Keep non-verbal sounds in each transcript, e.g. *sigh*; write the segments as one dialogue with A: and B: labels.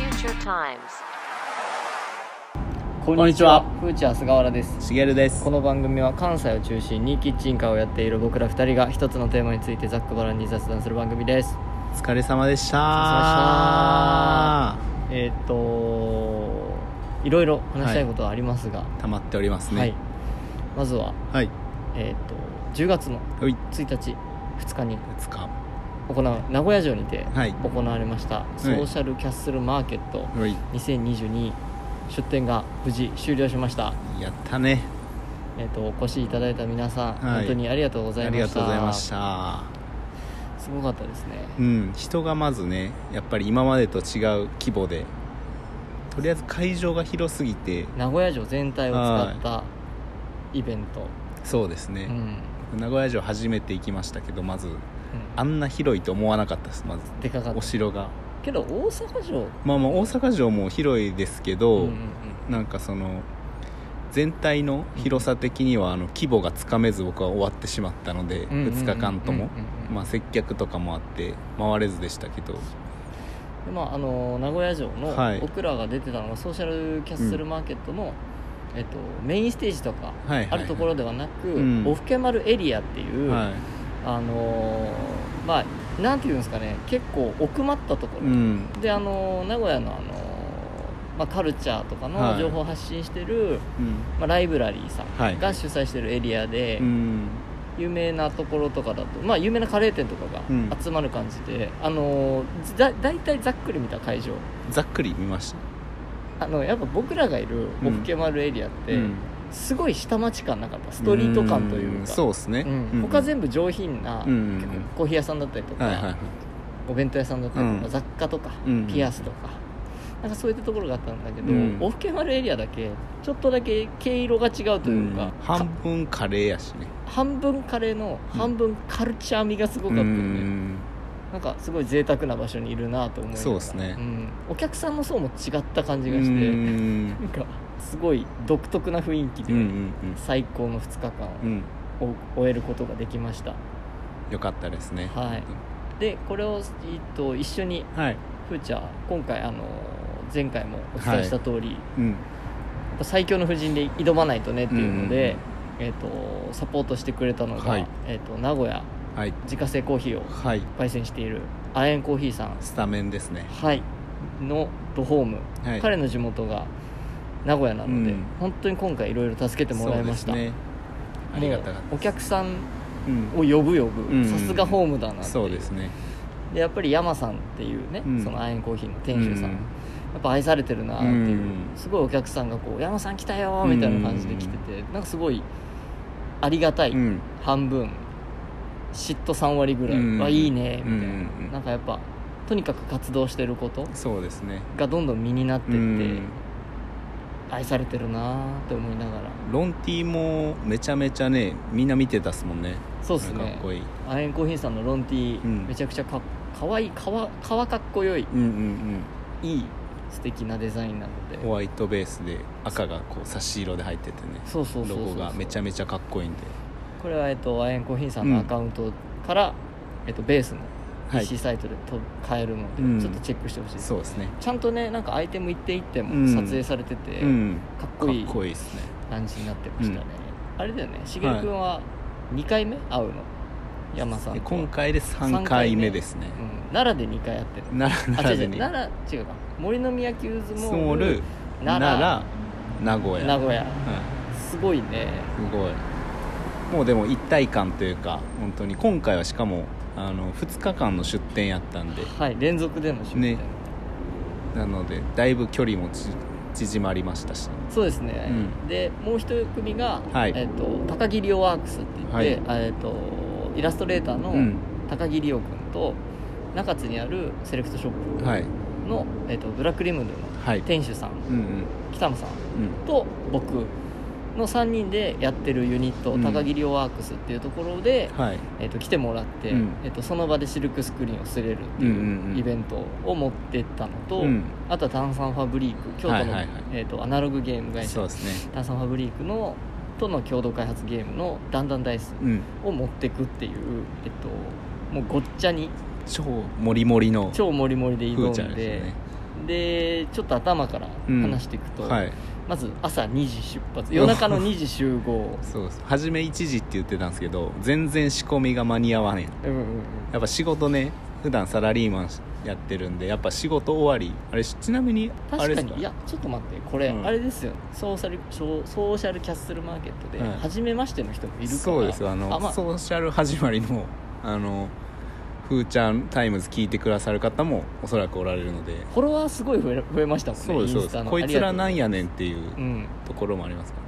A: times.
B: こ
C: んにちは
B: ふーちゃん菅原です
C: しげるです
B: この番組は関西を中心にキッチンカーをやっている僕ら二人が一つのテーマについてざっくばらんに雑談する番組です
C: お疲れ様でした
B: えっ、といろいろ話したいことはありますがは
C: 溜まっております
B: い、
C: ね
B: まずは
C: はい
B: えっ、と10月の
C: はい
B: 1日2日に
C: つか
B: 行う名古屋城にて
C: はい
B: 行われました、ソーシャルキャッスルマーケット
C: はい
B: 2022出店が無事終了しました
C: やったね
B: えっ、とお越しいただいた皆さん、
C: はい
B: 本当にありがとうござ
C: あ
B: いま
C: り
B: した
C: がとうございました
B: すごかったですね
C: うん人がまずねやっぱり今までと違う規模でとりあえず会場が広すぎて
B: 名古屋城全体を使ったイベント、
C: そうです
B: うんう
C: ね、
B: ん
C: 名古屋城初めて行きましたけどまずあんな広いと思わなかったですまず
B: でかかっ
C: お
B: た
C: 城が
B: けど大阪城
C: まあまあ大阪城も広いですけど、
B: うんうん
C: なんかその全体の広さ的にはあの規模がつかめず僕は終わってしまったので
B: うんうんうん
C: 2日間とも
B: うんうんうん
C: まあ接客とかもあって回れずでしたけど
B: でまああの名古屋城の、
C: はい
B: 僕らが出てたのがソーシャルキャッスルマーケットの、えっと、メインステージとか
C: はいはい
B: あるところではなく、
C: うん
B: おふけ丸エリアっていう、
C: は
B: あのーまあなんていうんですかね結構奥まったとこ
C: い
B: ろ、
C: うん
B: であのー名古屋のあのーまあ、カルチャーとか
C: は
B: の
C: い
B: 情報を発信してる、
C: うん
B: まあ、ライブラリーさ
C: は
B: ん
C: い
B: が主催してるエリアで、
C: うん
B: 有名なところとかだと、まあ、有名なカレー店とか
C: うん
B: が集まる感じで、あのーだ大体ざっくり見た会場
C: ざっくり見まし
B: あのやっぱ僕らがいる
C: うん
B: オフケマルエリアって、
C: たうん
B: すごい下町感なかったストリート感というか
C: んそうですね
B: うん
C: うん
B: 他全部上品な、
C: うんうんうん
B: 結構コーヒー屋さんだったりとか、
C: はいはい
B: お弁当屋さんだったりとか、
C: うん
B: 雑貨とか、
C: うん
B: ピアスとかなんかそういったところがあったんだけど、
C: うん
B: オフケマルエリアだけちょっとだけ毛色が違うと
C: う
B: いうんか,、
C: 半分カレーやしね
B: 半分カレーの
C: うん
B: 半分カルチャー味がすごかった
C: う
B: よね、
C: ん
B: なんかすごい贅沢な場所にいるなと思いながら
C: そうっすね
B: んお客さんの層も違った感じがして、
C: うん
B: なんかすごい独特な雰囲気
C: う
B: で、
C: んうん
B: 最高の2日
C: うんう
B: 間
C: ん
B: を終えることができました、
C: よかったですね
B: はいでこれを、えっと、一緒に
C: はい
B: ふーちゃん今回あの前回もお伝えした通り、や
C: うん
B: っぱ最強の布陣で挑まないとねっていうので、
C: うん
B: えっとサポートしてくれたのが、
C: はい
B: えっと名古屋
C: はい
B: 自家製コーヒーを
C: はい
B: 焙煎している亜鉛コーヒーさん
C: スタメンですね
B: はいのドホーム、
C: はい
B: 彼の地元が名古屋なので、
C: うん
B: 本当に今回いろいろ助けてもらいました
C: そうですねありがたかっ
B: もうお客さん
C: たうん
B: を呼ぶ呼
C: う
B: ぶ
C: ん
B: さすがホームだなってい
C: そうですね
B: でやっぱり山さんっていうね、
C: うん
B: そのアインコーヒーの店主さん、
C: うん
B: やっぱ愛されてるなっていう、
C: うん
B: すごいお客さんがこう「山さん来たよ」みたいな感じで来てて、なんかすごいありがたい、
C: うん
B: 半分嫉妬3割ぐらい、
C: うん
B: わいいねみたいな、
C: うん
B: なんかやっぱとにかく活動してること
C: そうですね
B: がどんどん身になってって、
C: うん
B: 愛されてるなって思いながら
C: ロンティーもめちゃめちゃねみんな見てたっすもんね
B: そうです
C: なんか
B: ね
C: かっこいい
B: アインコーヒーさんのロンティー、
C: うん
B: めちゃくちゃかかわいいかわかわかっこよい
C: うんうん
B: いい素敵なデザインなので
C: うんホワイトベースで赤がこう差し色で入っててね
B: そうそうそうそう
C: ロゴがめちゃめちゃかっこいいんで
B: これは、えっと、アイアンコーヒーさんのアカウントから、えっと、ベースの
C: はい
B: EC サイトでと、買えるので、
C: うん
B: ちょっとチェックしてほしいです
C: そうですね
B: ちゃんとねなんかアイテム一点一点
C: う
B: も
C: ん
B: 撮影されてて、
C: うん
B: かっ
C: か
B: こいい
C: っこいいですね
B: 感じになってましたね、あれだよねしげるくんは2回目会うの山さん
C: で
B: と
C: 今、回で3回目ですね
B: うん、奈良で2回会ってる
C: 奈良
B: あ違う
C: 奈
B: 違
C: 良
B: う
C: に
B: 奈良違うか森の宮キューズ
C: ス
B: モ
C: モ
B: ー
C: ー
B: ル
C: ル
B: 奈良
C: 奈良名古屋
B: 名古屋
C: うん
B: すごいね
C: すごいもうでも一体感というか本当に今回はしかもあの2日間の出店やったんで
B: はい連続での出店、
C: ねなのでだいぶ距離もち縮まりましたし
B: そうですね、
C: う
B: でもう一組が、
C: はい
B: えっと高木亮ワークスって言って、
C: はい
B: えっとイラストレーター
C: う
B: の
C: ん
B: 高木亮君と中津にあるセレクトショップ
C: はい
B: の、えっとブラックリムルの
C: はい
B: 店主さん
C: うんうん
B: 北野さん
C: うん
B: と僕の3人でやってるユニット、
C: うん
B: 高木亮ワークスっていうところで、
C: はい
B: えっと来てもらって、
C: うん
B: えっとその場でシルクスクリーンを擦れるって
C: うんうんう
B: い
C: ん
B: うイベントを持ってったのと、
C: うん
B: あとは炭酸ファブリーク京都の、
C: はいはいはい
B: えっとアナログゲーム会社
C: そうですね
B: 炭酸ファブリックのとの共同開発ゲームの「ダンダンダイス
C: うん」
B: を持ってくっていう、えっと、もうごっちゃに
C: 超モリモリの
B: 超モリモリで
C: ふ
B: 挑
C: ーちゃ
B: ん
C: ん
B: で
C: ですよね
B: でちょっと頭から
C: うん
B: 話していくと、
C: はい
B: まず朝2時出発夜中の2時集合
C: そうです初め1時って言ってたんですけど全然仕込みが間に合わねん
B: うんうんうん
C: やっぱ仕事ね普段サラリーマンやってるんでやっぱ仕事終わりあれちなみにあ
B: 確
C: れで
B: か
C: す
B: に
C: か
B: いやちょっと待ってこれ、
C: うん
B: あれですよソーシャルショソーシャルキャッスルマーケットで、
C: はい
B: 初めましての人もいるから
C: そうですよあの
B: まあ
C: ソーシャル始まりのあのふーちゃんタイムズ聞いてくださる方もおそらくおられるので
B: フォロワーすごい増え増えましたもんね
C: そうです
B: イ
C: そ
B: ン
C: うで
B: スタ
C: す
B: の
C: こいつらなんやねん
B: ん
C: っていう
B: うん
C: ところもありますか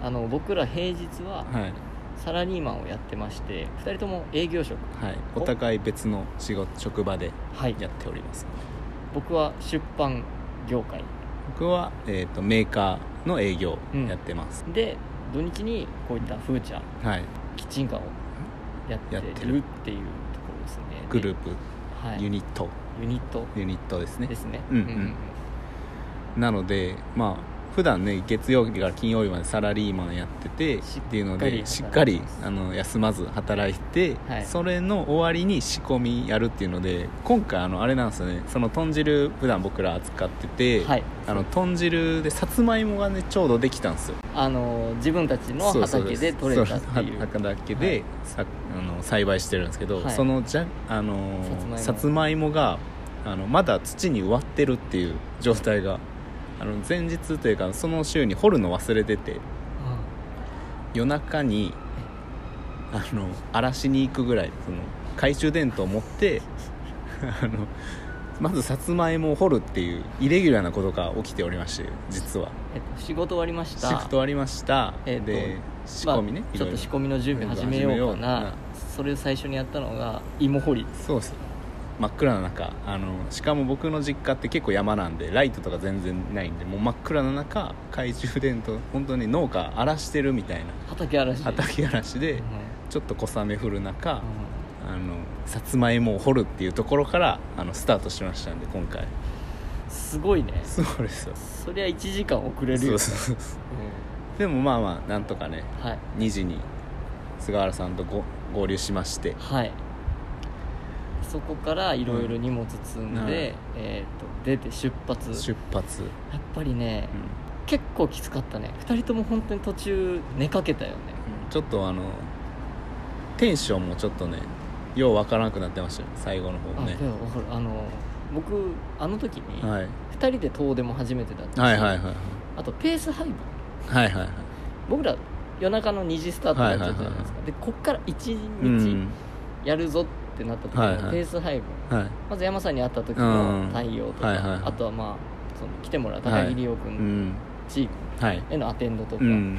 C: ら
B: あの僕ら平日は
C: ね
B: サラリーマンをやってまして2人とも営業職
C: はい、はい、
B: お
C: お互い別の仕事職場で
B: はい
C: やっております
B: 僕は出版業界
C: 僕は、えー、とメーカーの営業やってます、
B: で土日にこういったフーチャー
C: はい
B: キッチンカーをやって
C: やって
B: る
C: る
B: っていうところですね
C: グルー
B: ー
C: プ
B: プ、はい、
C: ユ
B: ユニ
C: ニット
B: ット
C: ユニットですね
B: ですね
C: うんうんなのでまあ普段ね月曜日から金曜日までサラリーマンやっててっ
B: しっかり
C: ていうのでしっか
B: 働い
C: り
B: てます
C: あの休まず働いて、
B: はい
C: それの終わりに仕込みやるっていうので今回あのあれなんですよねその豚汁普段僕ら扱ってて、
B: はい
C: あの豚汁でさつまいもがねちょうどできたんですよ
B: あの自分たちの
C: そうそう
B: 畑で取れたって
C: そ
B: いうう
C: 畑
B: は
C: で
B: い
C: さあの栽培してるんですけど、
B: はい
C: そのじゃあの
B: さつまいも
C: さつまいもがあのまだ土に植わってるっていう状態があの前日というかその週に掘るの忘れてて夜中にあの荒らしに行くぐらいその懐中電灯を持って *laughs* あのまずさつまいもを掘るっていうイレギュラーなことが起きておりまして実は
B: えっと、仕事終わりまし
C: シ
B: た
C: フトありました、
B: えーと
C: で仕込みね、
B: まあ
C: い
B: ち
C: ろ
B: ょ
C: い
B: っ
C: ろ
B: と仕込みの準備始めようかな
C: 始めようか
B: それを最初にやったのが芋掘り
C: そうです真っ暗な中あのしかも僕の実家って結構山なんでライトとか全然ないんでもう真っ暗な中懐中電灯本当に農家荒らしてるみたいな
B: 畑荒らし
C: 畑荒らし
B: うん
C: でちょっと小雨降る中、あのさつまいもを掘るっていうところからあのスタートしましたんで今回
B: すごいね
C: そうですよ
B: そりゃ1時間遅れるよ
C: そうそうそうでもまあまあなんとかね
B: うんはい
C: 2時に菅原さんとご合流しまして
B: はいそこからいろいろ荷物積んで、
C: うんはい
B: えー、と出て出発
C: 出発、うん
B: やっぱりね、結構きつかったね2人とも本当に途中寝かけたよね
C: ちょっとあのテンションもちょっとねようわからなくなってましたよ最後の方
B: あ
C: ね
B: でもほらあの僕あの時に2
C: はい、
B: 人で遠出も初めてだったし、
C: はいはいはい
B: あとペース配分
C: はいはいはい
B: 僕ら夜中の2時スタートだったじゃないですか、でこっから
C: う
B: 1
C: ん
B: 日やるぞってなった時
C: はいは
B: の
C: い
B: ペース配分、
C: はい
B: まず山さんに会った時の対応とか、
C: うんはいはい
B: あとはまあその来てもらう高木理央
C: う
B: 君、
C: ん
B: チーム
C: はい
B: へのアテンドとか、
C: うん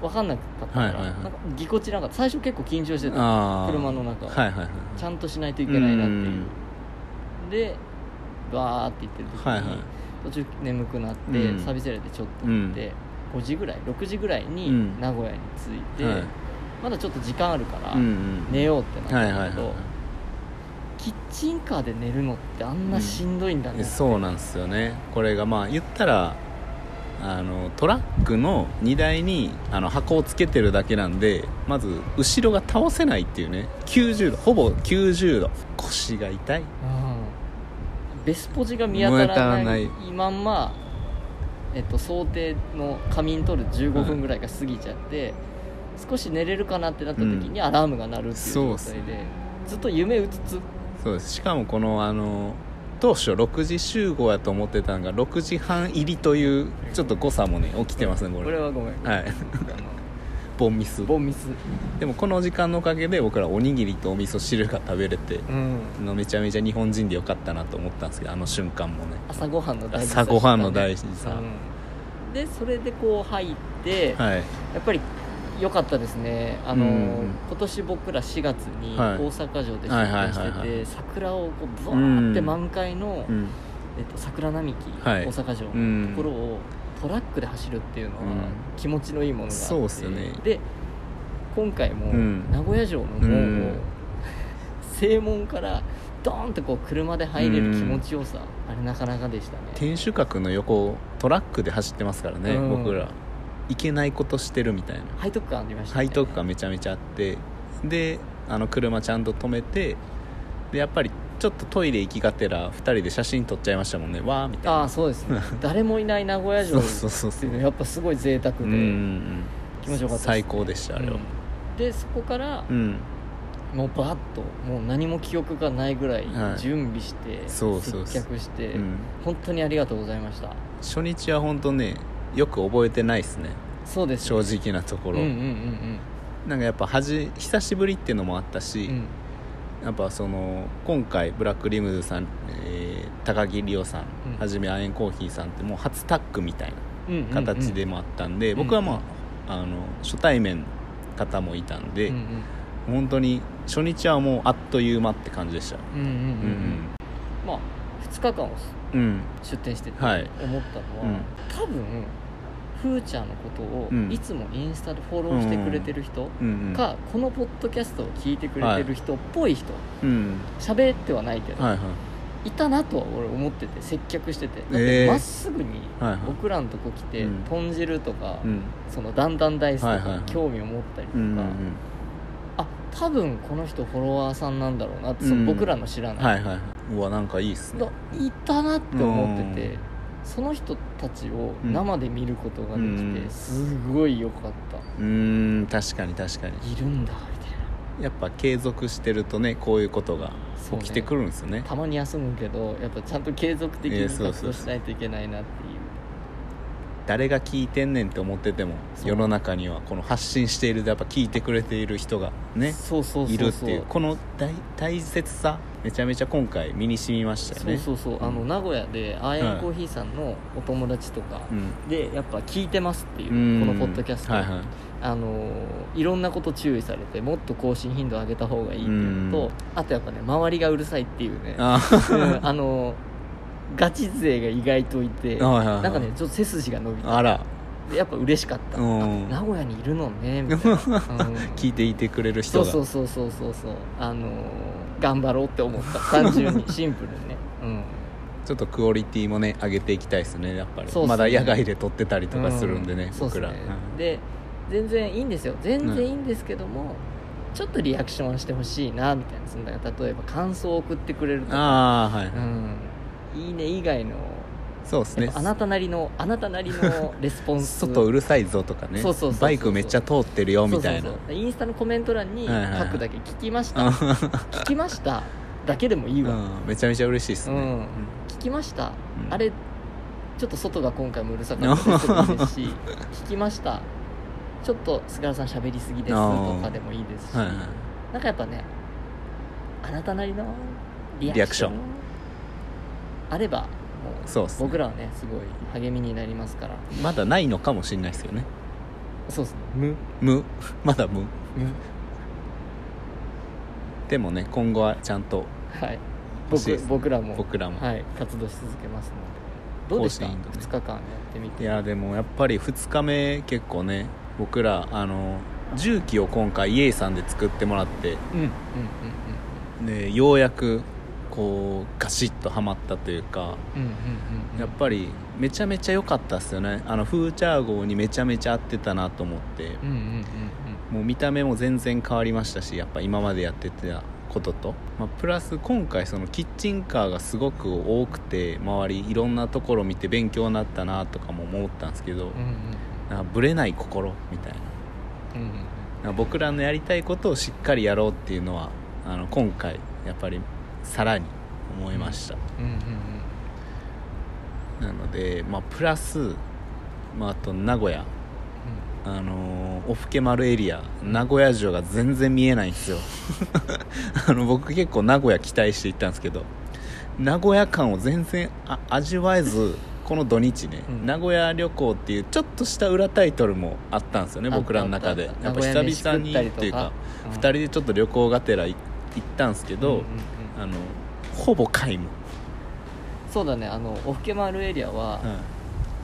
B: 分かんなかったから、
C: はいはいはい
B: なんかぎこちなかった最初結構緊張してた
C: あー
B: 車の中
C: はいはいはい
B: ちゃんとしないといけないなっていううんでバーって行ってる時に、
C: はいはい
B: 途中眠くなって、
C: うん
B: サービスエリアでちょっと行って、5時ぐらい6時ぐらいに
C: うん
B: 名古屋に着いて、
C: はい
B: まだちょっと時間あるから、
C: うんうん
B: 寝ようってな
C: は
B: っ
C: い
B: た
C: は
B: んだ
C: い
B: けど、
C: は
B: キッチンカーで寝るのってあんなしんどいんだね、
C: いそうなんですよねこれがまあ言ったらあのトラックの荷台にあの箱をつけてるだけなんでまず後ろが倒せないっていうね90度ほぼ90度腰が痛い
B: うんベスポジが見当たらない
C: 見当た
B: まんま、えっと、想定の仮眠取る15分ぐらいが過ぎちゃって、少し寝れるかなってなった時にアラームが鳴るっていう
C: そう
B: 状
C: っす
B: 態
C: ね
B: で、ずっと夢うつつ
C: そうですしかもこのあの当初6時集合やと思ってたのが6時半入りというちょっと誤差もね起きてますねこ
B: これ
C: れ
B: はごめん、
C: はい *laughs* ボンミス
B: ボンミス
C: でもこの時間のおかげで僕らおにぎりとお味噌汁が食べれて
B: うん
C: あのめちゃめちゃ日本人でよかったなと思ったんですけどあの瞬間もね
B: 朝ごはんの大事さ
C: 朝ごはんの大事さ、
B: うんでそれでこう入って、
C: はい
B: やっぱり良かったですねあの、
C: うん
B: 今年僕ら4月に
C: は
B: 大
C: い
B: 阪城で出
C: はいはい
B: 展
C: はい
B: して
C: はい
B: て桜をこうブワーって
C: うん
B: 満開の、
C: うん
B: えっと、桜並木、
C: はい
B: 大阪城
C: う
B: の
C: ん
B: ところをトラックで走るっていうのは
C: うん
B: 気持ちのいいものがあって、
C: そうっすよね
B: で今回も
C: うん
B: 名古屋城の門を、
C: うん
B: 正門からドーンとこう車で入れる気
C: うん
B: 持ちよさ、あれなかなかでしたね
C: 天守閣の横をトラックで走ってますからね、
B: うん
C: 僕ら行けないことしてるみたいな
B: 背徳感ありましたね
C: 背徳感めちゃめちゃあってであの車ちゃんと止めてでやっぱりちょっとトイレ行きがてら2人で写真撮っちゃいましたもんねわーみたいな
B: ああそうです
C: *laughs*
B: ね誰もいない名古屋城っ
C: そうそう
B: て
C: そ
B: いううのやっぱすごい贅沢で、
C: うんうんうん
B: 気持ちよかったです
C: 最高でしたあれ
B: う
C: は
B: んでそこから
C: う、ん
B: もうバッともう何も記憶がないぐらい
C: はい
B: 準備して、
C: そうそうそう
B: 接客して、
C: うん
B: 本当にありがとうございました
C: 初日は本当ねよく覚えてないですね
B: そうです
C: 正直なところ、
B: うんうんうん
C: なんかやっぱ恥久しぶりっていうのもあったし、
B: うんうん
C: やっぱその今回ブラックリムズさん、えー高木梨央さん、
B: うん
C: はじめアエンコーヒーさんってもう初タッグみたい
B: うんうん
C: な形でもあったんで、
B: うんうん
C: 僕はまああの初対面の方もいたんで、
B: うんうん
C: 本当に初日はもうあっという間って感じでした
B: うんうんうん
C: う
B: うん
C: ん
B: まあ2日間を
C: うんうん
B: 出店してて思
C: はい
B: ったのは、
C: うん
B: 多分ふーちゃんのことを
C: うん
B: いつもインスタでフォローしてくれてる人
C: うんうん
B: か、このポッドキャストを聞いてくれてる人っぽい人
C: うん
B: 喋ってはないけど、
C: はいはい
B: いたなとは俺思ってて接客しててだっ
C: え
B: て
C: ー
B: まっすぐに
C: はいはい
B: 僕らのとこ来て、
C: うん
B: 豚汁とか、
C: うん
B: そのだんだん大好きと
C: はいはいは
B: か
C: い
B: 興味を持ったりとか、
C: うんうん
B: あ多分この人フォロワーさんなんだろうなって、
C: うん
B: その僕らの知ら
C: うん
B: ない、
C: はいはいうわなんかいいっすね
B: がいたなって思ってて、
C: うん
B: その人たちを生で見ることができて、
C: うん
B: すごい良かった
C: うーん確かに確かに
B: いるんだみたいな
C: やっぱ継続してるとねこういうことが
B: そうね
C: 起きてくるんですよね
B: たまに休むけどやっぱちゃんと継続的
C: え
B: に
C: ーそう
B: 活
C: そ
B: 動
C: う
B: し
C: そう
B: ないといけないなっていう,、
C: 誰が聞いてんねんって思ってても
B: そう
C: 世の中にはこの発信しているやっぱ聞いてくれている人がね
B: そうそうそうそう
C: いるっていうこの大大切さめちゃめちゃ今回身に染みましたよ
B: そう
C: ね
B: そうそう、あの名古屋でアーヤンコーヒーさんのお友達とか
C: うん
B: でやっぱ聞いてますっていう、
C: うん
B: このポッドキャスト、
C: はいはい
B: あのーいろんなこと注意されてもっと更新頻度上げた方がいいっていうのと、
C: うん
B: あとやっぱね周りがうるさいっていうね
C: あ
B: うんあのガチ勢が意外といて
C: はいはいはい
B: なんかねちょっと背筋が伸びた
C: あら
B: でやっぱ嬉しかった、
C: うん
B: 名古屋にいるのねみ
C: *laughs*
B: たいな、うん
C: 聞いていてくれる
B: そ
C: 人
B: う
C: が
B: そうそうそうそうそうあのー頑張ろうって思った単純
C: *laughs*
B: にシンプルにね、うん、
C: ちょっとクオリティもね上げていきたいですねやっぱり
B: そうっすね
C: まだ野外で撮ってたりとかするんでね
B: そうっすね
C: 僕らうん
B: で全然いいんですよ全然いいんですけども、ちょっとリアクションしてほしいなみたいなそんな例えば感想を送ってくれるとか
C: ああはい
B: うん、いいね以外の
C: そうです
B: やっ
C: ね
B: ぱあなたなりのあなたなり
C: *laughs*
B: のレスポンス
C: 外うるさいぞとかね
B: そうそうそうそう
C: バイクめっちゃ通ってるよみたいな
B: そうそうそうインスタのコメント欄に
C: はいはいはい
B: 書くだけ聞きま
C: *laughs*
B: した、聞きましただけでもいいわ、
C: うんめちゃめちゃ嬉しいですね、
B: う
C: うんん
B: 聞きました、
C: うん
B: あれちょっと外が今回もうるさかったですでもいいですし聞きましたちょっと菅原さん喋りすぎですとかでもいいですし、
C: はいはい
B: なんかやっぱねあなたなりのリ
C: リ
B: ア
C: ア
B: ク
C: ク
B: シ
C: シ
B: ョ
C: ョ
B: ン
C: ン
B: あればもう
C: そうっすね
B: 僕らはねすごい励みになりますから
C: まだないのかもしれないですよね
B: そうですね無
C: 無 *laughs* まだ無
B: 無
C: でもね今後はちゃんと
B: はい
C: 欲しい
B: 僕
C: です
B: 僕らも
C: 僕らも、
B: はい、活動し続けますのでどうでした、
C: 更新とね
B: 2日間やってみ
C: い、
B: て
C: やでもやっぱり2日目結構ね僕らあの重機を今回イエイさんで作ってもらって
B: うんうんうん
C: でようやくこうガシッとはまったというか
B: うんうんうんうん
C: やっぱりめちゃめちゃ良かったっすよねあのフーチャー号にめちゃめちゃ合ってたなと思って
B: うんうんうんうん
C: もう見た目も全然変わりましたしやっぱ今までやってたことと、まあ、プラス今回そのキッチンカーがすごく多くて周りいろんなところ見て勉強になったなとかも思ったんですけ
B: う
C: ど
B: んうん
C: なんかぶれない心みたいな
B: うんうんうん
C: なんか僕らのやりたいことをしっかりやろうっていうのはあの今回やっぱりさらに思いました、
B: うんうん
C: なので、まあ、プラス、まあ、あと名古屋あのー、オフケ丸エリア名古屋城が全然見えないんで
B: *laughs*
C: すよあの僕結構名古屋期待して行ったんですけど名古屋感を全然あ味わえずこの土日ね、
B: うん
C: 名古屋旅行っていうちょっとした裏タイトルもあったんですよね
B: あった
C: 僕らの中で
B: あった
C: や
B: あ
C: っ
B: っ
C: ぱ
B: た
C: 久々に
B: 名古屋飯食ったりとか
C: っていうか
B: うん
C: 2人でちょっと旅行がてらい行ったんですけど、
B: うんうんうん
C: あのほぼ皆無、
B: そうだねあのオフケマールエリアは、
C: うん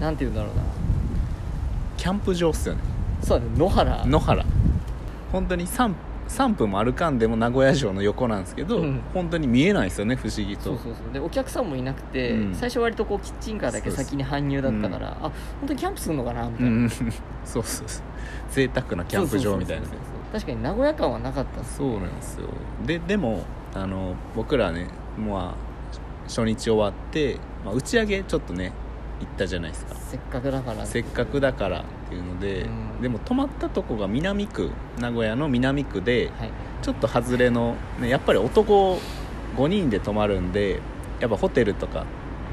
B: なんて言うんだろうな
C: キャンプ場っすよね
B: そうだね野原
C: 野原本当に 3, 3分も歩かんでも名古屋城の横なんですけど、
B: うん
C: 本当に見えないですよね不思議と
B: そうそうそうでお客さんもいなくて、
C: うん
B: 最初割とこうキッチンカーだけ先に搬入だったから、あ本当にキャンプするのかなみた
C: う
B: いな、
C: ん *laughs* そうそうそう贅沢なキャンプ場みたいなね
B: そうそうそうそう確かに名古屋感はなかったっす
C: そうなんですよででもあの僕らねまあ初日終わって、まあ、打ち上げちょっとね行ったじゃないですか
B: せっかくだから
C: せっかくだからっていうので、
B: うん
C: でも泊まったとこが南区名古屋の南区で
B: はい
C: ちょっと外れの、ね、やっぱり男5人で泊まるんでやっぱホテルとか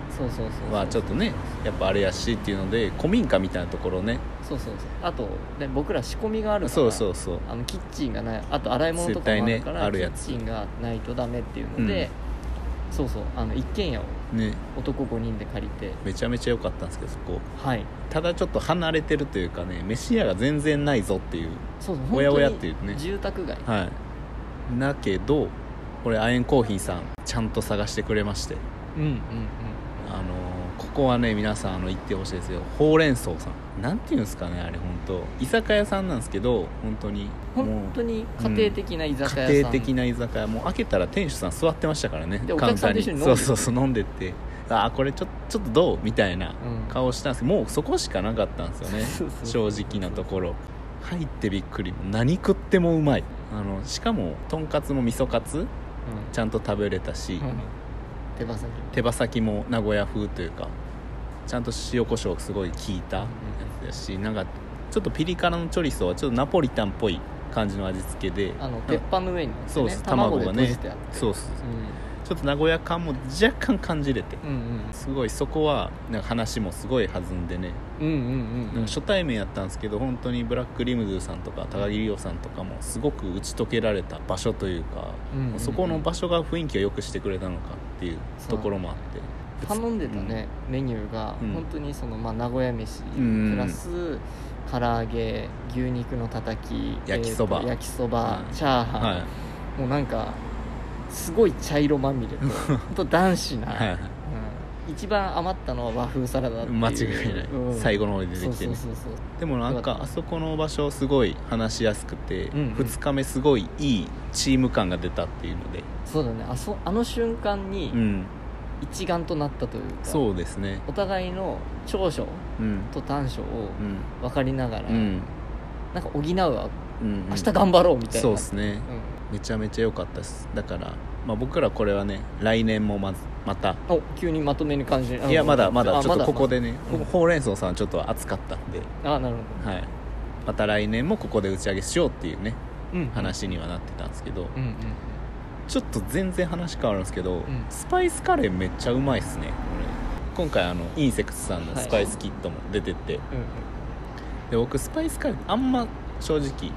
B: そうそうそうそう
C: はちょっとねやっぱあれやしっていうので古民家みたいなところね
B: そうそうそうあと、ね、僕ら仕込みがあるから
C: そうそうそう
B: あのキッチンがないあと洗い物とかもあるから、
C: 絶対ねある
B: キ
C: や
B: ッ
C: つ
B: チンがないとダメっていうので、そうそうあの一軒家を
C: ね
B: 男5人で借りて
C: めちゃめちゃ良かったんですけどそこ
B: はい
C: ただちょっと離れてるというかね飯屋が全然ないぞっていう
B: そうそう
C: おやおや
B: 本当に
C: っていうね
B: 住宅街
C: はいだけどこれアエンコーヒーさんちゃんと探してくれまして
B: うんうんうん
C: あのーここはね皆さんあの行ってほしいですよほうれん草さんなんていうんですかねあれ本当居酒屋さんなんですけど本当にも
B: 本当に家庭的な居
C: う
B: 酒屋さん、
C: 家庭的な居酒屋もう開けたら店主さん座ってましたからね
B: でお
C: カウン
B: 客
C: タ
B: さ
C: ー
B: んと一緒
C: に
B: に飲んで
C: そうそうそう飲んでってああこれちょちょっとどうみたいな
B: うん
C: 顔したんですけどもうそこしかなかったんですよね
B: そうそうそう
C: 正直なところ入ってびっくりもう何食ってもうまいあのしかもとんかつも味噌カツちゃんと食べれたし、
B: うんうん手羽先
C: 手羽先も名古屋風というかちゃんと塩コショウすごい効いたやつだしなんかちょっとピリ辛のチョリソーはちょっとナポリタンっぽい感じの味付けで
B: あの鉄板の上に乗って、ね、
C: そうです
B: 卵
C: 卵
B: で
C: が
B: 閉
C: ね
B: じてある、
C: そうそうちょっと名古屋感も若干感じれて
B: うん、うん
C: すごいそこはなんか話もすごい弾んでね
B: うんうんうんう
C: なん
B: ん
C: か初対面やったんですけど本当にブラックリムズーさんとか高木里夫さんとかもすごく打ち解けられた場所というか、
B: うんうんうん
C: そこの場所が雰囲気を良くしてくれたのかっていうところもあって
B: 頼んでたね、メニューが、
C: うん
B: 本当にその、まあ、名古屋飯、
C: ん
B: プラス唐揚げ牛肉のたたき
C: 焼きそば
B: えーと焼きそば、
C: うん
B: チャーハン、
C: は
B: もうなんかすごい茶色まみれ
C: *laughs*
B: とほんと男子
C: い、
B: な、
C: はいはい
B: うん一番余ったのは和風サラダっていう
C: 間違いない、
B: うん
C: 最後の方に出て
B: そう
C: きて
B: そう
C: ね
B: そうそう
C: でもなん
B: よかっ
C: か
B: た
C: あそこの場所すごい話しやすくて、
B: うんうん
C: 2日目すごいいいチーム感が出たっていうので、
B: そうだねあそあの瞬間
C: う
B: に
C: ん、
B: 一丸となったというか、
C: そうですね
B: お互いの長所
C: うん
B: と短所を
C: うん
B: 分かりながら、
C: うん
B: なんか補うわ
C: うん
B: 明日頑張ろうみたいな
C: そうですねめちゃめちゃ良かったですだから、まあ、僕らこれはね来年もまずまた
B: うんお急にまとめる感じ
C: いやまだまだ
B: あ
C: ちょっとここでね、
B: まだ
C: ほほうれん草さんちょっと熱かったんで、
B: まだあなるほ
C: はい、また来年もここで打ち上げしようっていうね
B: ど、うん、
C: 話にはなってたんですけど、
B: うんうん
C: ちょっと全然話変わるんですけど、
B: ん
C: スパイスカレーめっちゃうまいっすねこれ今回あのインセクツさんの
B: はい
C: スパイスキットも出てって、
B: うん
C: で僕スパイスカレーあんま正直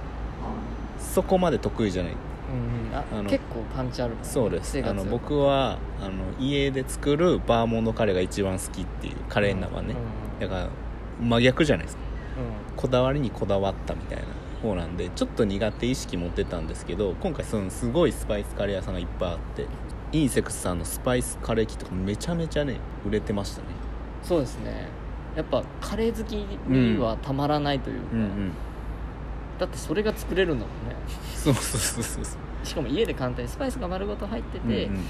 C: そこまで得意じゃない
B: うんうんあ
C: あの
B: 結構パンチある
C: そうです
B: 癖が
C: あ
B: 強
C: の
B: い
C: 僕はあの家で作るバーモントカレーが一番好きっていうカレー生ね、
B: う
C: だ
B: ん
C: から真逆じゃないですか
B: うん
C: こだわりにこだわったみたいな方なんでちょっと苦手意識持ってたんですけど今回そのすごいスパイスカレー屋さんがいっぱいあってインセクスさんのスパイスカレーキットがめちゃめちゃね売れてましたね
B: そうですねやっぱカレー好きにはたまらないというか、
C: ん
B: だってそれが作れるんだもんね
C: そうそうそうそうそう
B: しかも家で簡単にスパイスが丸ごと入ってて、
C: うんうん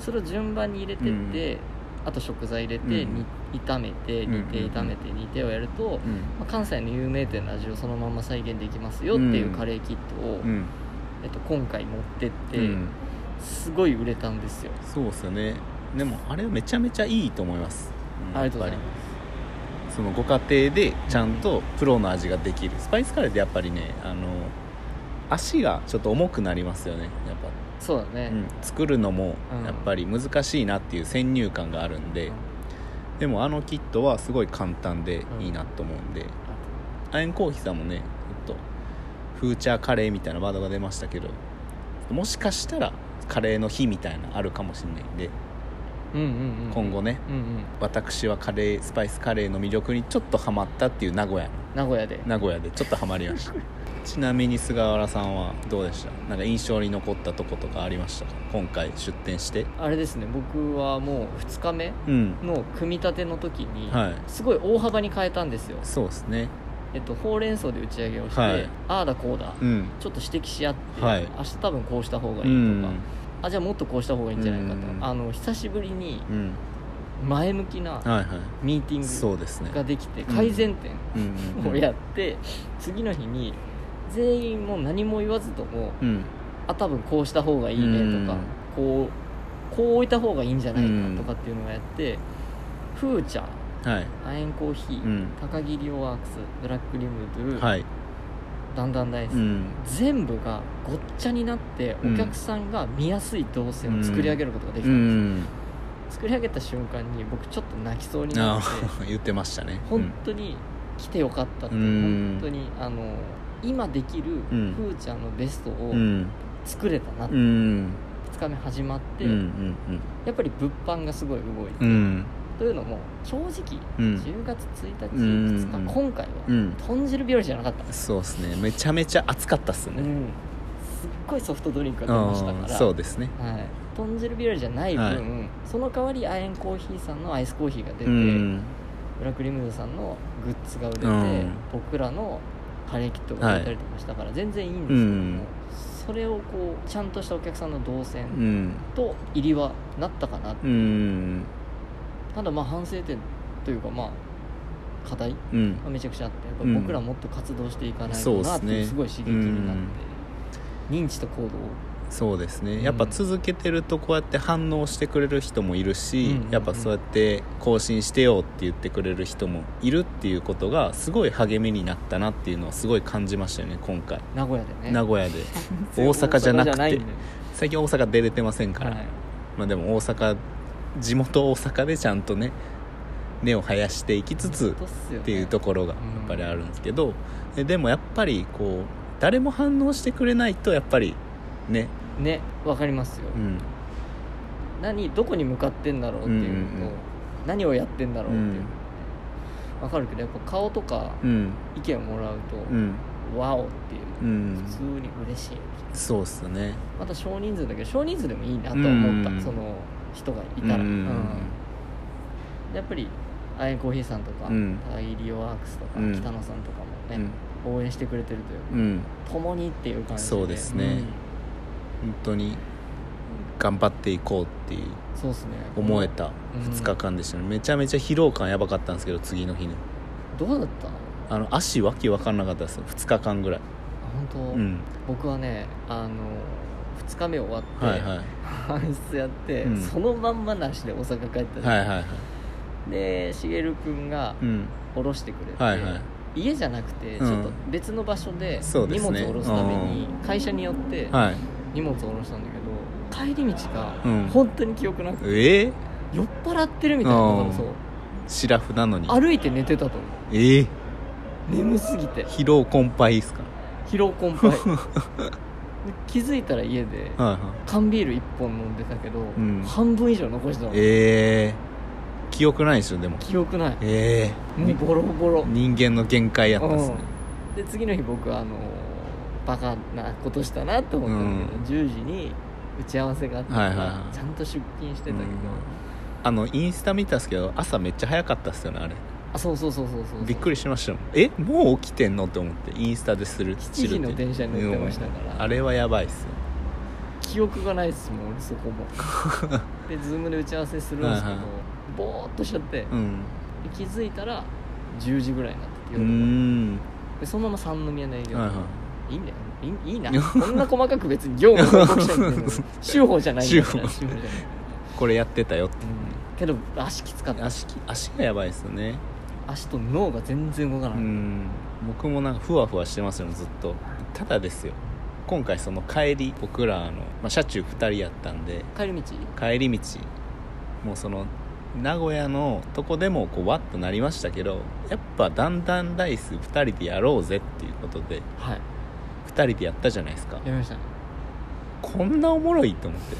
B: それを順番に入れてって、あと食材入れて、
C: うん
B: に炒めて
C: うん
B: 煮て炒めて煮てをやると、まあ、関西の有名店の味をそのまま再現できますよっていううんカレーキットを、
C: うん
B: えっと、今回持ってって、
C: うん
B: すごい売れたんですよ、
C: そうっすよねでもあれはめちゃめちゃいいと思います、うん
B: ありがとうござい
C: やっ
B: ま
C: ぱりそのご家庭でちゃんとプロの味ができるスパイスカレーってやっぱりねあの足がちょっと重くなりますよねやっぱ
B: すそうだね、
C: うん、作るのも
B: うん
C: やっぱり難しいなっていう先入観があるんで、でもあのキットはすごい簡単でいいなと思うんで、アエンコーヒーさんもねちょっとフーチャーカレーみたいなワードが出ましたけどもしかしたらカレーの日みたいなのあるかもしれないんで、
B: うんうんうん
C: 今後ね
B: うんうん
C: 私はカレースパイスカレーの魅力にちょっとハマったっていう名古屋の
B: 名古屋で
C: 名古屋でちょっとハマりま
B: *laughs*
C: したちなみに菅原さんはどうでしたなんか印象に残ったとことかありましたか今回出店して
B: あれですね僕はもう2日目
C: うん
B: の組み立ての時に、
C: はい
B: すごい大幅に変えたんですよ、
C: そうですね
B: えっと、ほうれん草で打ち上げをして、
C: はい
B: ああだこうだ、
C: うん
B: ちょっと指摘し合って、
C: はい
B: 明日多分こうした方がいいとか、
C: うん
B: あじゃあもっとこうした方がいいんじゃないかと、
C: うん
B: あの久しぶりに
C: うん
B: 前向きな
C: はいは
B: ミーティ
C: い
B: ン
C: そうですね
B: グができて
C: うん
B: 改善点
C: うんうん
B: をやって、次の日に全員もう何も言わずとも、
C: うん
B: あ多分こうした方がいいねとか、
C: うん
B: こうこう置いた方がいいんじゃない
C: うん
B: かとかっていうのをやって、フーチャー
C: はい
B: アエンコーヒー、
C: うん
B: 高木リオワークスブラックリムドゥ、
C: はい
B: ダンダンダイス、
C: うん
B: 全部がごっちゃになって
C: うん
B: お客さんが見やすい動線を作り上げることができ
C: う
B: たんですよ、
C: ん
B: 作り上げた瞬間に僕ちょっと泣きそうにな
C: あ
B: って
C: ー言ってましたね
B: 本当に来てよかったって、
C: うん
B: 本当にあの今できるふ
C: うん
B: ーちゃんのベスト
C: う
B: を
C: ん
B: 作れたなっ
C: う
B: て2
C: ん
B: 日目始まって、
C: うんうんうん
B: やっぱり物販がすごい動いて、
C: うん
B: というのも正直
C: うん
B: 10月1日、
C: うん
B: 2日今回は、
C: うん
B: 豚汁日和じゃなかったんです、
C: そうですねめちゃめちゃ暑かったっす
B: う
C: ね
B: ん、すっごいソフトドリンクが出ました
C: あ
B: か
C: あ
B: ら
C: そうですね
B: はい、豚汁ビールじゃない分、
C: はい
B: その代わりアエンコーヒーさんのアイスコーヒーが出て、
C: うん
B: ブラックリムズさんのグッズが売れて、
C: うん
B: 僕らのカレーキットが売れたりとかしたから全然いいんですけども、それをこうちゃんとしたお客さんの動
C: う
B: 線
C: ん
B: と入りはなったかな、
C: うん
B: ただまあ反省点というかまあ課題
C: うん
B: はめちゃくちゃあってやっぱ
C: うん
B: 僕らもっと活動していかない
C: そう
B: とな
C: っすね
B: っていうすごい刺激になって、認知と行動を
C: そうですねやっぱ
B: うん
C: 続けてるとこうやって反応してくれる人もいるし、
B: うんうんうん
C: やっぱそうやって更新してよって言ってくれる人もいるっていうことがすごい励みになったなっていうのはすごい感じましたよね今回
B: 名古屋でね
C: 名
B: *laughs*
C: 古屋で大阪じゃなく
B: 大阪
C: て
B: んだよ
C: 最近大阪出れてませんから、
B: はい
C: まあでも大阪地元大阪でちゃんとね根を生やしていきつつ
B: 本当っすよね
C: っていうところがやっぱりあるんですけど、えでもやっぱりこう誰も反応してくれないとやっぱりね、
B: ねわかりますよ、
C: うん、
B: 何どこに向かってんだろうっていうのと、
C: うんうんうん
B: 何をやってんだろうっていうのねわ、かるけどやっぱ顔とか
C: うん
B: 意見をもらうと、
C: うん
B: ワオっていう
C: う
B: 普
C: ん
B: 通に嬉しい
C: そうっすね
B: また少人数だけど少人数でもいいなと思った、
C: うん
B: その人がいたら、
C: うん
B: うんやっぱりアイコーヒーさんとか、
C: うん
B: タイリオワークスとか、
C: うん
B: 北野さんとかも
C: うん
B: ね、応援してくれてるというか、
C: うん
B: 共にっていう感じで
C: そうですね本当に頑張っていこうっていう
B: うんそうですね
C: 思えた
B: うん
C: 2日間でしたね、めちゃめちゃ疲労感やばかったんですけど次の日に
B: どうだったあ
C: あの足わけわかんなかったです2日間ぐらい
B: 本当、
C: うん
B: 僕はねあの2日目終わって、
C: はいはい
B: 搬出やって、
C: うん
B: そのまんまなしで大阪帰ったんです、
C: はいはいはい
B: でしげるくんが
C: うん
B: 下ろしてくれて、
C: はいはい
B: 家じゃなくてち
C: うん
B: ょっと別の場所で
C: そうで
B: 荷
C: す
B: 物を
C: ね
B: 下ろすために会社によって
C: はい
B: 荷物を下ろしたんだけど帰り道
C: うん
B: が本当に記憶なくて、
C: ええ
B: 酔っ払ってるみたいな
C: うん
B: そう
C: シラフなのに
B: 歩いて寝てたと思
C: ええ
B: う眠すぎて
C: 疲労困憊っすか
B: 疲労困憊
C: *laughs*
B: で気づいたら家で
C: はいはい
B: 缶ビール1本飲んでたけど、
C: ん
B: 半分以上残してたの
C: ええ記憶ないでしょでも
B: 記憶ない
C: ええ
B: もうボロボロ
C: 人間の限界やったっすね
B: うんで次の日僕あのバカなことしたなと思ったんだけど、10時に打ち合わせがあって、
C: はいはいはい
B: ちゃんと出勤してたけど、
C: うんあのインスタ見たんですけど朝めっちゃ早かったっすよねあれ
B: あそうそうそうそうそう
C: びっくりしましたもんえもう起きてんのって思ってインスタでする
B: 7時の電車に乗ってましたから
C: うんあれはやばいっすよ
B: 記憶がないっすもん俺そ
C: *laughs*
B: こもでズームで打ち合わせするんですけど、
C: はいはい
B: ぼーっとしちゃって、で
C: うん
B: 気づいたら10時ぐらいになってて
C: う
B: 夜
C: ー
B: の
C: ん
B: でそのまま三宮の営業、
C: はい
B: いいんだよいいいいなこんな細かく別に業務報告したいんだけ
C: *laughs*
B: ど週報じゃないんだから
C: 週
B: 週報じゃない、
C: これやってたよって
B: うん、けど足きつかった
C: 足き足がやばいっすよね
B: 足と脳が全然動か
C: う
B: なかっ
C: ん僕もなんかふわふわしてますよねずっとただですよ今回その帰り僕らあの、まあ、車中2人やったんで
B: た、帰り道
C: 帰り道もうその名古屋のとこでもこうわっとなりましたけどやっぱだんだんダイス2人でやろうぜっていうことで
B: はい
C: 2人でやったじゃないですか
B: やりましたね
C: こんなおもろいと思って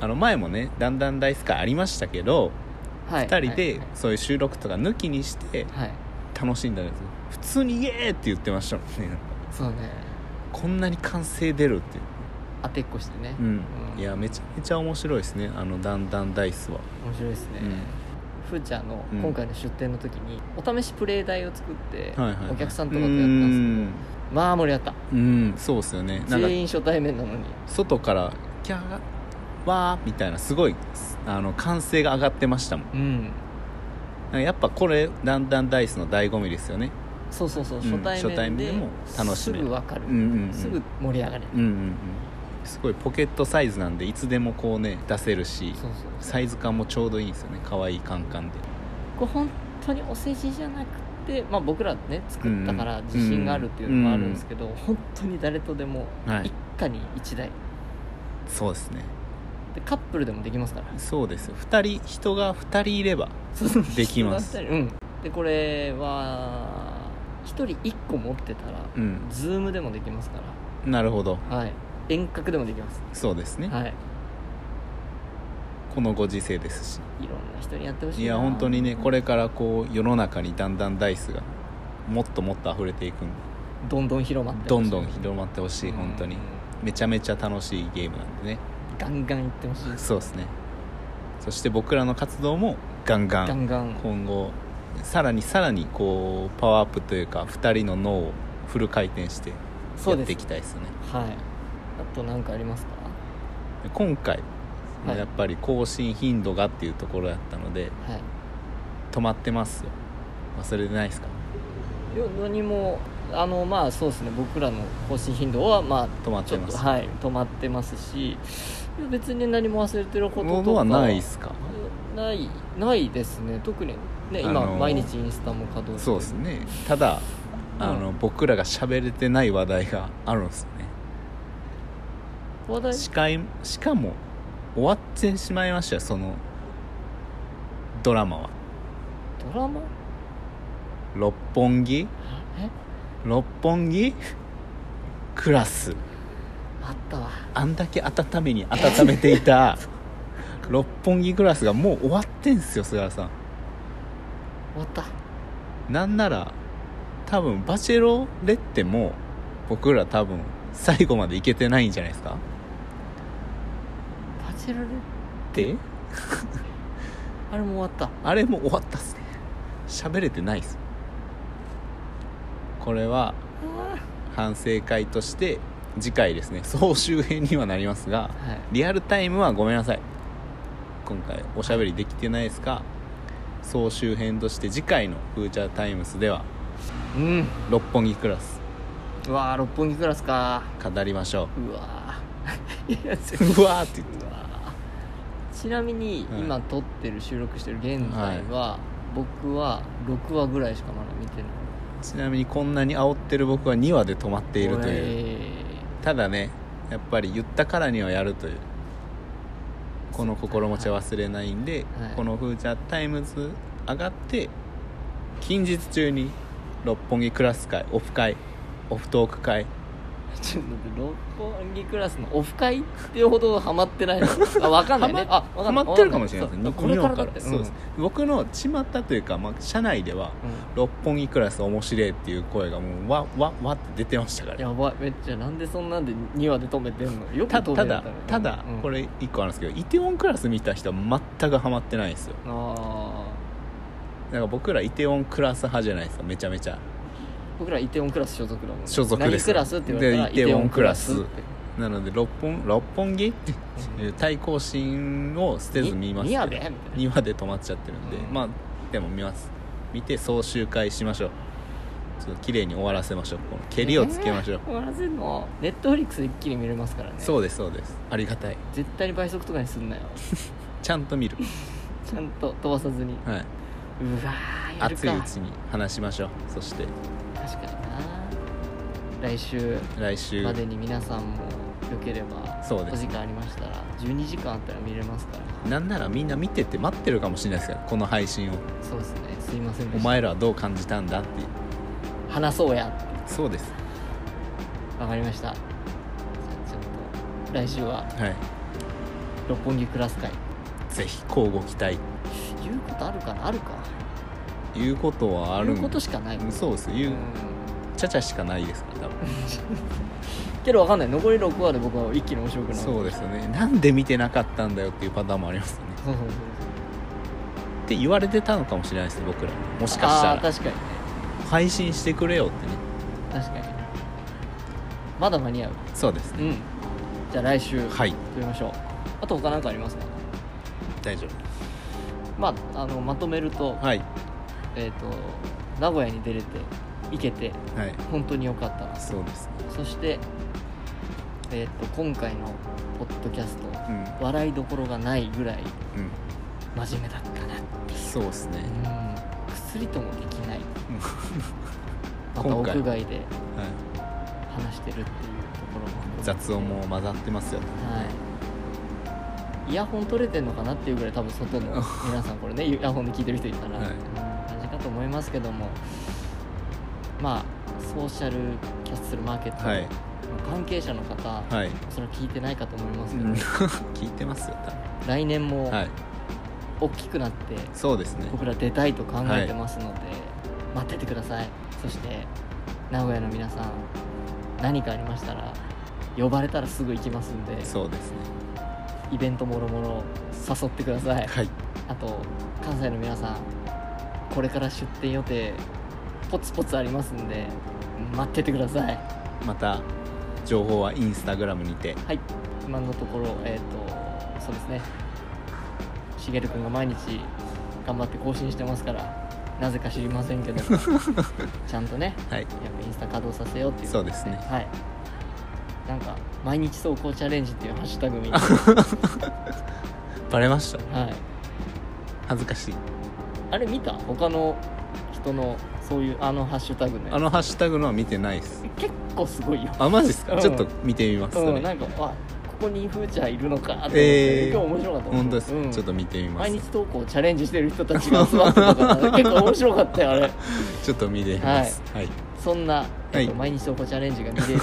C: あの前もねだんだんダイス会ありましたけど
B: はい
C: 2人でそういう収録とか抜きにして
B: はい、はい、
C: 楽しんだんですよ普通に「イエーイって言ってましたもんねなんか
B: そうね
C: こんなに歓声出るっていう
B: 当てっこしてね、
C: うん
B: うん
C: いやめちゃめちゃ面白いですねあのだんだんダイスは
B: 面白いですね、ふーちゃんの
C: うん
B: 今回の出店の時にお試しプレイ台を作って
C: はいはいはい
B: お客さんとかとやったんですけどまあ盛り上がっ
C: うんうんそうですよね
B: た
C: なんか
B: 全員初対面なのに
C: 外から「キャーがわー」みたいなすごいあの歓声が上がってましたもん
B: うん
C: なんかやっぱこれだんだんダイスの醍醐味ですよね
B: そうそうそう、
C: ん
B: 初対
C: 初対
B: 面
C: 面
B: で
C: でも楽しめる
B: すぐ分かる、
C: うんうんうん
B: すぐ盛り上がれる
C: うんうんすごいポケットサイズなんでいつでもこうね出せるし
B: そうそう
C: サイズ感もちょうどいいんですよね可愛いカンカンで
B: これ本当にお世辞じゃなくて、まあ、僕らね作ったから
C: うん
B: 自信があるっていうのもあるんですけど、本当に誰とでも
C: はい
B: 一家に一台、
C: そうですね
B: でカップルでもできますから
C: そうですよ2人人が2人いれば
B: そう
C: できます
B: 人が二人 *laughs* うんでこれは1人1個持ってたら、
C: うん
B: ズームでもできますか
C: なるほど
B: らはい遠隔でもできます
C: そうですね、
B: はい
C: このご時世ですし
B: いろんな人にやってほしいない
C: いや本当にねこれからこう世の中にだんだんダイスがもっともっと溢れていくんで
B: どんどん広まって
C: どんどん
B: 広
C: 広まってほしい本当にめちゃめちゃ楽しいゲームなんでね
B: ガンガンいってほしいです
C: そうですねそして僕らの活動もガンガ
B: ガ
C: ン
B: ンガン
C: 今後さらにさらにこうパワーアップというか2人の脳をフル回転して
B: そ
C: や
B: う
C: っ
B: で
C: てい
B: す
C: きたいですね
B: はいあと何かありますか
C: 今回
B: はい
C: やっぱり更新頻度がっていうところだったので
B: はい
C: 止まってますよ忘れてないですか
B: いや何もあのまあそうですね僕らの更新頻度はま
C: 止ま
B: あ
C: っ
B: ち
C: て
B: ょっ
C: ま
B: と
C: す
B: はい止まってますしいや別に何も忘れてることと
C: もの
B: か
C: はないですか
B: ないないですね特にね今、
C: あのー
B: 毎日インスタも稼働して
C: そうですねただ
B: うん
C: あの僕らが喋れてない話題があるんですよね
B: 話題
C: しかいしかも終わってしまいましたよそのドラマは
B: ドラマ
C: 六本木
B: え
C: 六本木クラス
B: あったわ
C: あんだけ温めに温めて
B: *laughs*
C: いた六本木クラスがもう終わってんすよ菅原さ
B: 終わった
C: んなんなら多分バチェロレッテも僕ら多分最後までいけてないんじゃないですか
B: バチェラレ
C: で
B: あれも終わった
C: あれも終わったっすね喋れてないっすこれは反省会として次回ですね総集編にはなりますが
B: はい
C: リアルタイムはごめんなさい今回おしゃべりできてないですが総集編として次回の「フーチャータイムス」では
B: うん
C: 六本木クラス
B: うわー六本木クラスか
C: 語りましょ
B: うわー *laughs* いやちょっ
C: ううわーって言って
B: とうわーちなみに
C: はい
B: 今撮ってる収録してる現在は、僕は6話ぐらいしかまだ見てない
C: ちなみにこんなに煽ってる僕は2話で止まっているというただねやっぱり言ったからにはやるというこの心持ちは忘れないんで、
B: はい
C: この「フーチャータイムズ」上がって近日中に六本木クラス会オフ会オフトーク会
B: *laughs* ちょっと待って六本木クラスのオフ会っていうほどハマってないのあわかんないねあわか
C: *laughs* ハ
B: んな
C: マ
B: い
C: ってるかもしれないです
B: そ
C: ね
B: うこれからだって
C: そうです、僕の巷というか、まあ、社内では
B: うん
C: 「六本木クラス面白い」っていう声がもうわわわって出てましたか
B: うん
C: ら
B: やばいめっちゃなんでそんなんで2話で止めてんのよく
C: た
B: 止
C: た
B: め
C: だ
B: れね
C: ただ
B: うん
C: これ一個あるんですけどイテウォンクラス見た人は全くハマってないんですよ
B: あ
C: なんか僕らイテウォンクラス派じゃないですかめちゃめちゃ
B: ー僕らイテウォンクラス所属だもんね
C: 所属です
B: 何クラスって言われたら
C: でイテウォンクラス
B: イテウォンク
C: なので六本六本木っていう対抗心を捨て
B: ラスって
C: ず見ます
B: に
C: けど
B: やべみたいな
C: 2話で止まっちゃってるんで、
B: うん
C: まあでも見ます見て総集会しましょうちょっと綺麗に終わらせましょうこの蹴りをつけましょう、
B: えー *laughs* 終わらせんのネットフリックスで一気に見れますからね
C: そうですそうですありがたい
B: 絶対に倍速とかにすんなよ
C: ちゃんと見る、
B: ちゃんと飛ばさずにう
C: はい、
B: わーやる
C: 熱
B: か
C: いうちに話しましょうそして
B: 確かにな来週
C: 来週
B: までに皆さんもよければ
C: そうです
B: お時間ありましたら12時間あったら見れますから
C: なんならみんな見てて待ってるかもしれないですからこの配信を
B: そうですねすいませんで
C: お
B: した
C: 前らはどう感じたんだっていう
B: 話そうや
C: そうです
B: わかりましたじゃあちょっと来週は
C: はい
B: 六本木クラス会
C: ぜひ交互期待
B: 言うことあるかなあるか
C: いうことはあるん
B: 言うことしかない
C: そうです
B: う
C: 言うんちゃちゃしかないですから多
B: *laughs*
C: 分
B: けどわかんない残り6話で僕は一気に面白くなる
C: そうですよねなんで見てなかったんだよっていうパターンもありますよね
B: そうそうそう
C: って言われてたのかもしれないです僕らも
B: そ
C: し
B: う
C: かした
B: あー
C: ら
B: 確かにね
C: 配信してくれよってね
B: 確かにまだ間に合う
C: そうです
B: う
C: ね
B: んじゃあ来週
C: はい
B: 撮りましょうあと他何かありますか
C: 大丈夫
B: まああのまとめると
C: はい
B: えっ、と名古屋に出れて行けて
C: はい
B: 本当に良かったな
C: そうですね
B: そしてえっと今回のポッドキャスト
C: うん
B: 笑いどころがないぐらい
C: うん
B: 真面目だったな
C: そうですね、
B: うん薬ともでき
C: *laughs*
B: ない
C: うん
B: また
C: 今回
B: 屋外で
C: はい、
B: 話してるっていうところも
C: 雑音も混ざってますよ
B: はいイヤホン取れてんのかなっていうぐらい多分外
C: *laughs*
B: の皆さんこれねイヤホンで聞いてる人いたら、
C: はい
B: うん感じかと思いますけどもまあソーシャルキャッスルマーケットの
C: はい
B: 関係者の方、
C: はい、 *laughs*
B: それ聞いてないかと思います
C: う
B: けど、
C: ん聞いてますよ
B: 来年
C: 多
B: も
C: 分はい
B: 大きくなって
C: そうですね
B: 僕ら出たいと考えてますので、待っててくださいそして名古屋の皆さん何かありましたら呼ばれたらすぐ行きますんで
C: そうですね
B: イベントもろもろ誘ってください
C: はい
B: あと関西の皆さんこれから出店予定ポツポツありますんで待っててください
C: また情報はインスタグラムにて
B: はい今のところえっ、とそうですねしげるくんが毎日頑張って更新してますからなぜか知りませんけ
C: *laughs*
B: どちゃんとね
C: はい
B: やっぱインスタ稼働させようっていう
C: そうですね
B: はいなんか「毎日走行チャレンジ」っていうハッシュタグ
C: *laughs*
B: に、
C: バレました
B: はい、
C: 恥ずかしい
B: あれ見た他の人のそういうあのハッシュタグね
C: あのハッシュタグのは見てないです
B: 結構すごいよ、
C: あマジですか、
B: うん
C: ちょっと見てみますそ
B: うん、
C: れ
B: なんかあここにフーチャーいるのかと思って、
C: えー
B: 今日面白かった
C: 本当です、
B: うん
C: ちょっと見てみます
B: 毎日投稿チャレンジしてる人たちが座ってたから結構面白かったよあ
C: *laughs*
B: れ
C: ちょっと見てみますはい
B: そんな、えっと
C: はい
B: 毎日投稿チャレンジが見れる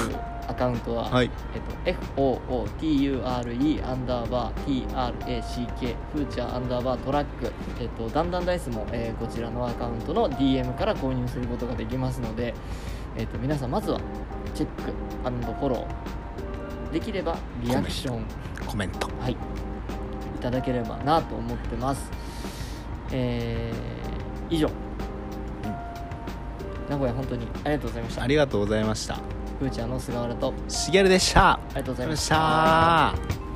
B: アカウントは、
C: はい
B: えっと、FOOTURE アンダーバー TRACK フーチャーアンダーバートラック、えっと、だんだんダイスも、えーこちらのアカウントの DM から購入することができますので、えっと、皆さんまずはチェックフォローできればリアクション
C: コメント
B: はい、いただければなと思ってます。えー以上、名古屋本当にありがとうございました
C: あ。りがとうございました
B: ふーちゃんの菅原と
C: しげるでしたあ
B: あ
C: り
B: りがとうご
C: がとうござ
B: ざい
C: い
B: ま
C: ま
B: し。
C: したた